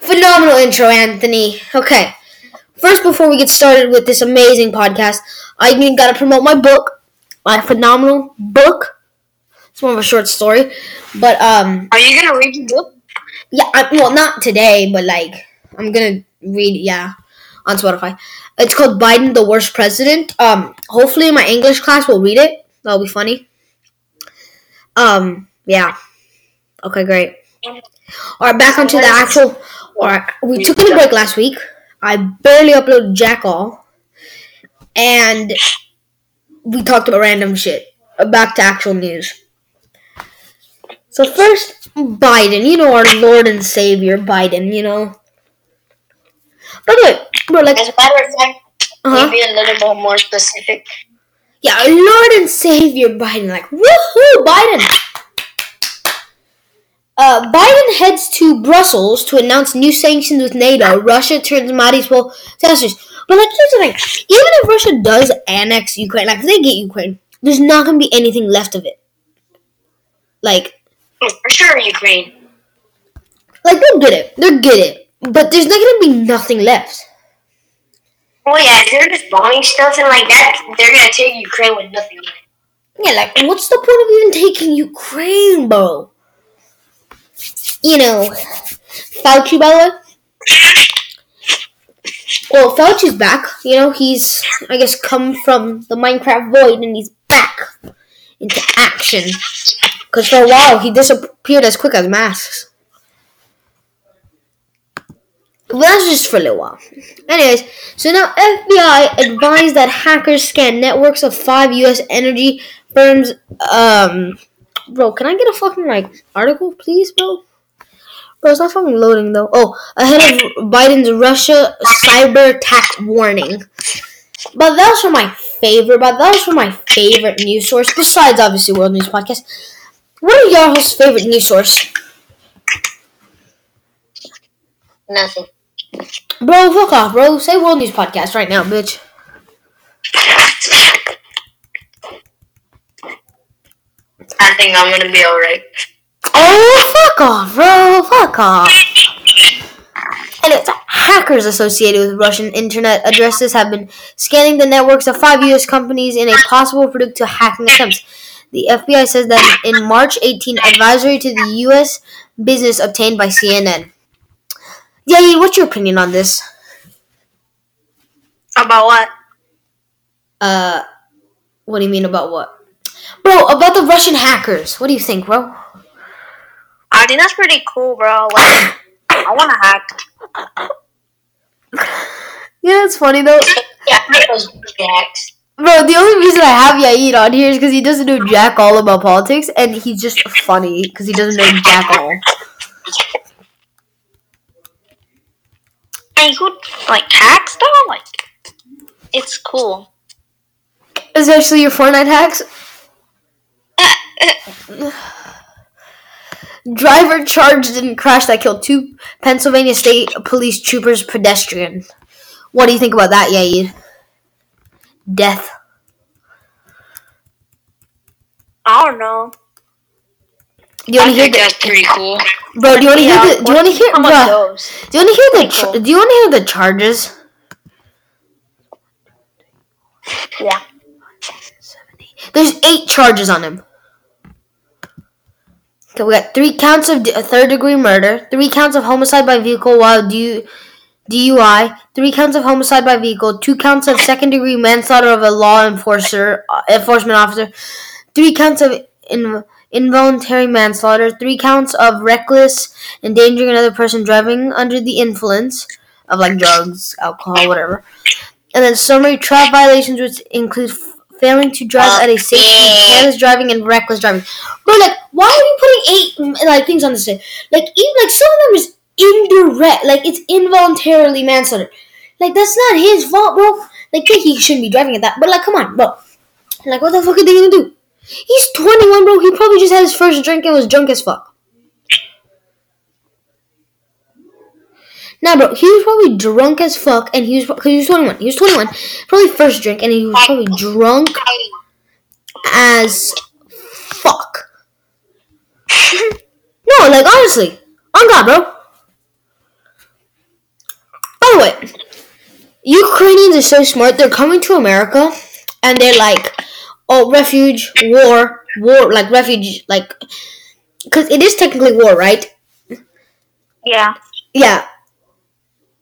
phenomenal intro, Anthony. Okay. First, before we get started with this amazing podcast, I got to promote my book, my phenomenal book. It's more of a short story, but um, Are you gonna read your book? yeah, I, well, not today, but like I'm gonna read, yeah, on Spotify. It's called Biden, the worst president. Um, hopefully my English class will read it. That'll be funny. Um, yeah. Okay, great. All right, back onto the actual. All right, we took in a break last week. I barely uploaded Jack all, and we talked about random shit. Uh, Back to actual news. So first, Biden. You know our Lord and Savior, Biden. You know. By the way, bro, like, As a matter of fact, uh-huh. maybe a little bit more specific. yeah, our Lord and Savior, Biden. Like, woohoo, Biden. Uh, Biden heads to Brussels to announce new sanctions with NATO. Russia turns Mariupol testers. But like, here's the thing: even if Russia does annex Ukraine, like if they get Ukraine, there's not gonna be anything left of it. Like, Oh, For sure, Ukraine. Like they'll get it. They'll get it. But there's not gonna be nothing left. Oh yeah, if they're just bombing stuff and like that. They're gonna take Ukraine with nothing. in it. Yeah, like what's the point of even taking Ukraine, bro? You know, Fauci by the way. Well, Fauci's back. You know, he's I guess come from the Minecraft void and he's back into action. Cause for a while he disappeared as quick as masks. Well, that's just for a little while. Anyways, so now FBI advised that hackers scan networks of five U.S. energy firms. Um, bro, can I get a fucking like article, please, bro? Bro, it's not fucking loading though. Oh, ahead of Biden's Russia cyber attack warning. But that was from my favorite. But that was from my favorite news source, besides obviously World News Podcast. What are y'all hosts' favorite news source? Nothing. Bro, fuck off, bro. Say World News Podcast right now, bitch. I think I'm gonna be alright. Oh, fuck off, bro. Fuck off. And it's hackers associated with Russian internet addresses have been scanning the networks of five U.S. companies in a possible product to hacking attempts. The FBI says that in March 18 advisory to the U.S. business obtained by CNN. Yay, what's your opinion on this? About what? Uh, what do you mean about what? Bro, about the Russian hackers. What do you think, bro? I think that's pretty cool, bro. Like, I wanna hack. Yeah, it's funny though. Yeah, those hacks. Bro, the only reason I have Yair on here is because he doesn't know jack all about politics, and he's just funny because he doesn't know jack all. And you like hacks though. Like, it's cool. Especially your Fortnite hacks. Driver charged and crashed that killed two Pennsylvania State Police troopers pedestrian. What do you think about that, Yair? Death. I don't know. Do you want to hear the that's pretty cool. bro? Do you want to hear the? Do you want to hear? How bruh. about those? Do you want to hear the? Pretty Char- cool. do you want to hear the charges? Yeah. There's eight charges on him. Okay, we got three counts of d- third degree murder, three counts of homicide by vehicle while du- DUI, three counts of homicide by vehicle, two counts of second degree manslaughter of a law enforcer uh, enforcement officer, three counts of in- involuntary manslaughter, three counts of reckless endangering another person driving under the influence of like drugs, alcohol, whatever. And then summary trap violations, which include f- failing to drive at a safe speed, careless driving, and reckless driving. But like, why are you putting eight mm, like things on this thing? Like, even like some of them is indirect, like it's involuntarily manslaughter. Like that's not his fault, bro. Like yeah, he shouldn't be driving at that. But like, come on, bro. Like, what the fuck are they gonna do? He's 21, bro. He probably just had his first drink and was drunk as fuck. Nah, bro, he was probably drunk as fuck, and he was because he was 21. He was 21, probably first drink, and he was probably drunk as fuck. no, like honestly, on God, bro. know it. Ukrainians are so smart. They're coming to America, and they're like, "Oh, refuge, war, war, like refuge, like, because it is technically war, right? Yeah. Yeah.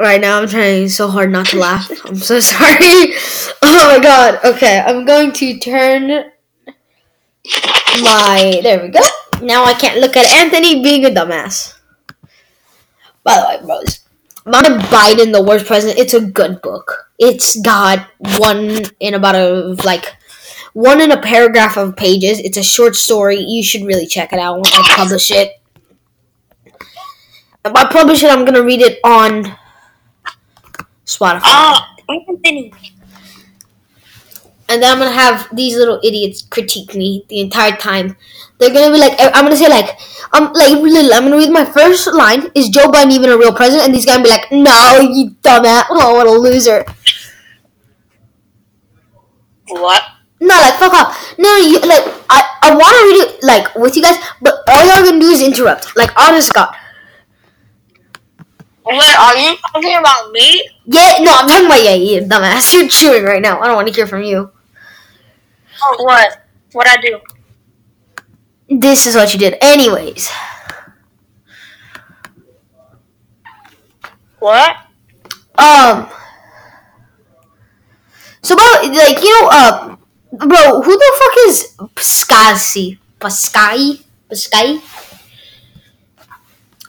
Right now, I'm trying so hard not to laugh. I'm so sorry. Oh my god. Okay, I'm going to turn my. There we go. Now I can't look at Anthony being a dumbass. By the way, bros, my Biden, the worst president. It's a good book. It's got one in about a like one in a paragraph of pages. It's a short story. You should really check it out when I publish it. If I publish it, I'm gonna read it on Spotify. Uh, Oh, Anthony. and then I'm gonna have these little idiots critique me the entire time. They're gonna be like, I'm gonna say like, um, like little. I'm gonna read my first line. Is Joe Biden even a real president? And these guys gonna be like, No, you dumbass. Oh, what a loser. What? No, like fuck off. No, you like I I want to read it like with you guys, but all y'all gonna do is interrupt. Like honest to God. What are you talking about me? Yeah, no, I'm talking about yeah, you dumbass. You're chewing right now. I don't want to hear from you. Oh, what? What I do? This is what you did, anyways. What? Um. So, bro, like, you know, uh, bro, who the fuck is Pascasi? Pascai? Pascai?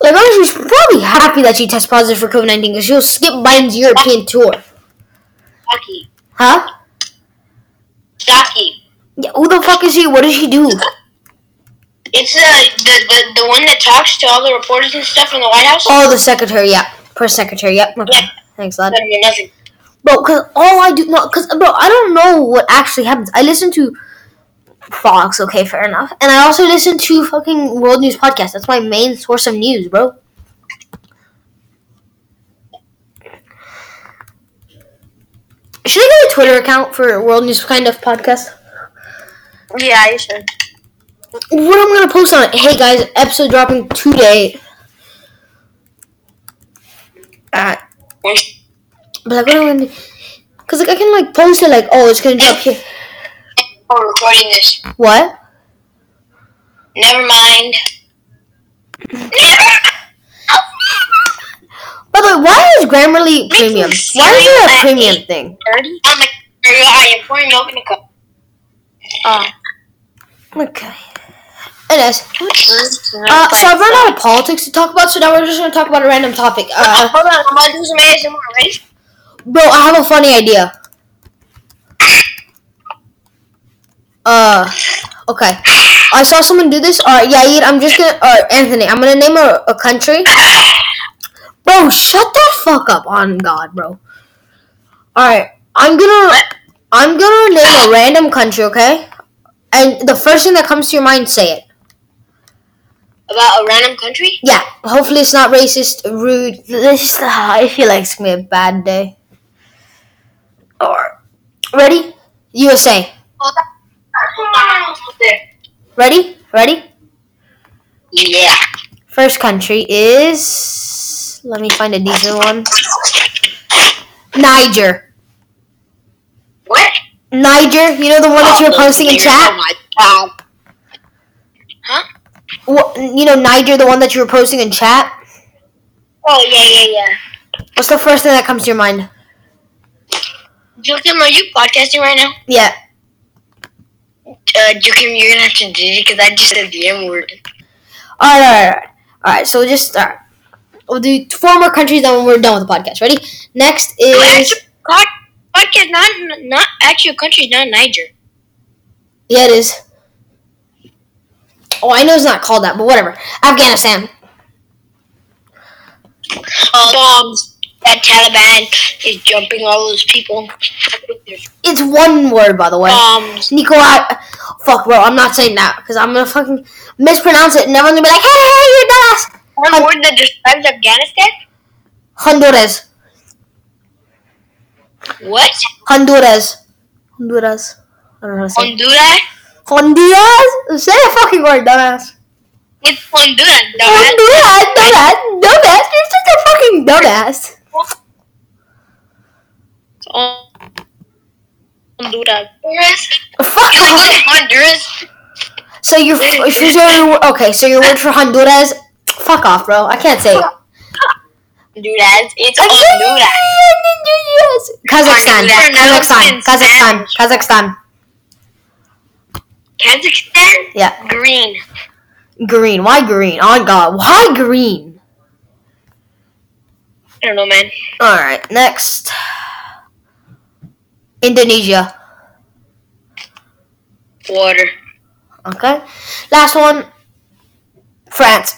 Like, honestly, she's probably happy that she tests positive for COVID 19 because she'll skip Biden's European tour. Rocky. Huh? Stocky. Yeah, who the fuck is she? What does she do? It's uh, the, the the one that talks to all the reporters and stuff in the White House. Oh, the secretary, yeah. Press secretary, yep. Okay. Thanks, lad. Better than nothing. bro. Because all I do, no, because bro, I don't know what actually happens. I listen to Fox, okay, fair enough, and I also listen to fucking World News podcast. That's my main source of news, bro. Should I get a Twitter account for World News kind of podcast? Yeah, you should. What I'm gonna post on it? Hey guys, episode dropping today. At but I'm gonna, cause like I can like post it like oh it's gonna drop here. We're recording this. What? Never mind. By the way, why is Grammarly premium? Why is it a premium thing? Thirty. I'm a, I am pouring milk in a cup. Uh, Oh. Okay. It is. Uh, so I've run out of politics to talk about, so now we're just gonna talk about a random topic. Uh, Hold on, I'm gonna do some ASMR, right? bro, I have a funny idea. Uh, okay. I saw someone do this. Alright, Yair, I'm just gonna. Alright, Anthony, I'm gonna name a, a country. Bro, shut the fuck up on God, bro. Alright, I'm gonna. I'm gonna name a random country, okay? And the first thing that comes to your mind, say it. About a random country? Yeah, hopefully it's not racist, rude. This, uh, I feel like it's gonna be a bad day. Or ready? USA. Ready? Ready? Yeah. First country is. Let me find a decent one. Niger. What? Niger. You know the one that you were posting in Oh chat. my god. Wha- You know Niger, the one that you were posting in chat. Oh yeah, yeah, yeah. What's the first thing that comes to your mind? Joakim, are you podcasting right now? Yeah. Uh, Joakim, you're gonna have to delete because I just said the M word. All right, all right, all right. All right so we'll just all right. We'll do four more countries, then we're done with the podcast. Ready? Next is God, podcast, not not actual country, not Niger. yeah, it is. Oh, I know it's not called that, but whatever. Afghanistan. Oh. bombs. That Taliban is jumping all those people. It's one word, by the way. Bombs. Nikolai. Fuck, bro. I'm not saying that because I'm gonna fucking mispronounce it, and everyone's gonna be like, "Hey, hey, hey, you dumbass." One word that describes Afghanistan? Honduras. What? Honduras. Honduras. I don't know how to say. it. Honduras? Honduras. Say the fucking word, dumbass. It's Honduras, Dumbass, dumbass. dumbass, dumbass. You're such a fucking dumbass. Hon- Honduras. Fuck. You live in Honduras? So you're, if you're doing- okay. So your word for Honduras? Fuck off, bro. I can't say it. Honduras. It's Honduras. Honduras. Kazakhstan. Kazakhstan. Kazakhstan. Kazakhstan. Kazakhstan? Yeah. Green. Green. Why green? On God. Why green? I don't know, man. All right. Next. Indonesia. Water. Okay. Last one. France.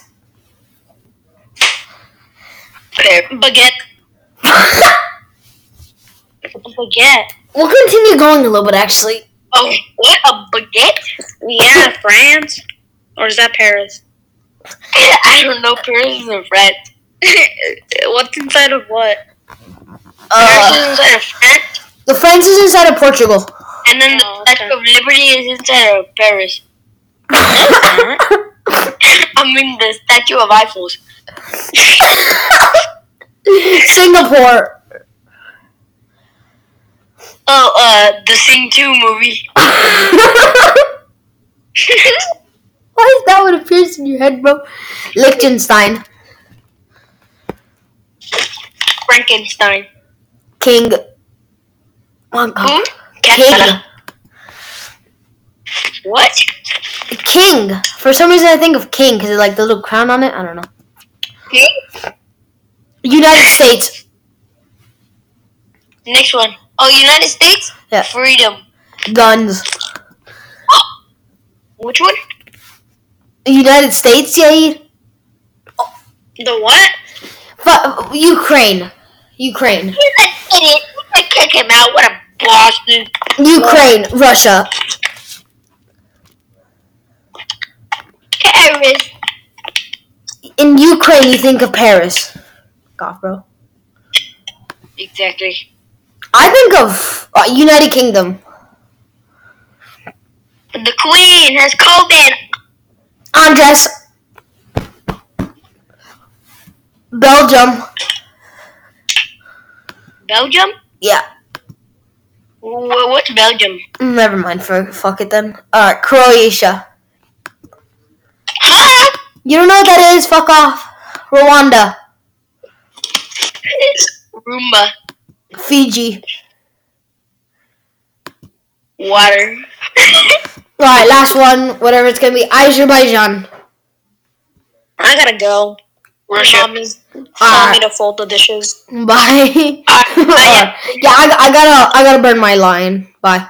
Baguette. A baguette. we'll continue going a little bit, actually. Oh, what? A baguette? Yeah, France. Or is that Paris? I don't know Paris is in France. What's inside of what? Paris Uh, is inside of France, the France is inside of Portugal. and then the Oh, Statue okay. of Liberty is inside of Paris. I mean the Statue of Eiffels. Singapore. Oh, uh, the Sing 2 movie. Why is that what appears in your head, bro? Liechtenstein. Frankenstein. King. Oh, God. King. Cat- What? King. For some reason, I think of king because like the little crown on it. I don't know. King? United States. Next one. Oh, United States? Yeah. Freedom. Guns. Which one? United States. Yeah. The what? Fu- Ukraine. Ukraine. He's an idiot. I kick him out. What a bastard. Ukraine. Russia. Paris. In Ukraine, you think of Paris. God, bro. Exactly. I think of uh, United Kingdom. The Queen has COVID. Andres. Belgium. Belgium? Yeah. Wh- What's Belgium? Never mind. For fuck it then. Uh, Croatia. Huh? You don't know what that is? Fuck off. Rwanda. Roomba. Fiji. Water. All right, last one. Whatever it's gonna be. Azerbaijan. I gotta go. Russia. Mom is telling me Alright. to fold the dishes. Bye. Alright, bye. yeah, I, I gotta I gotta burn my line. Bye.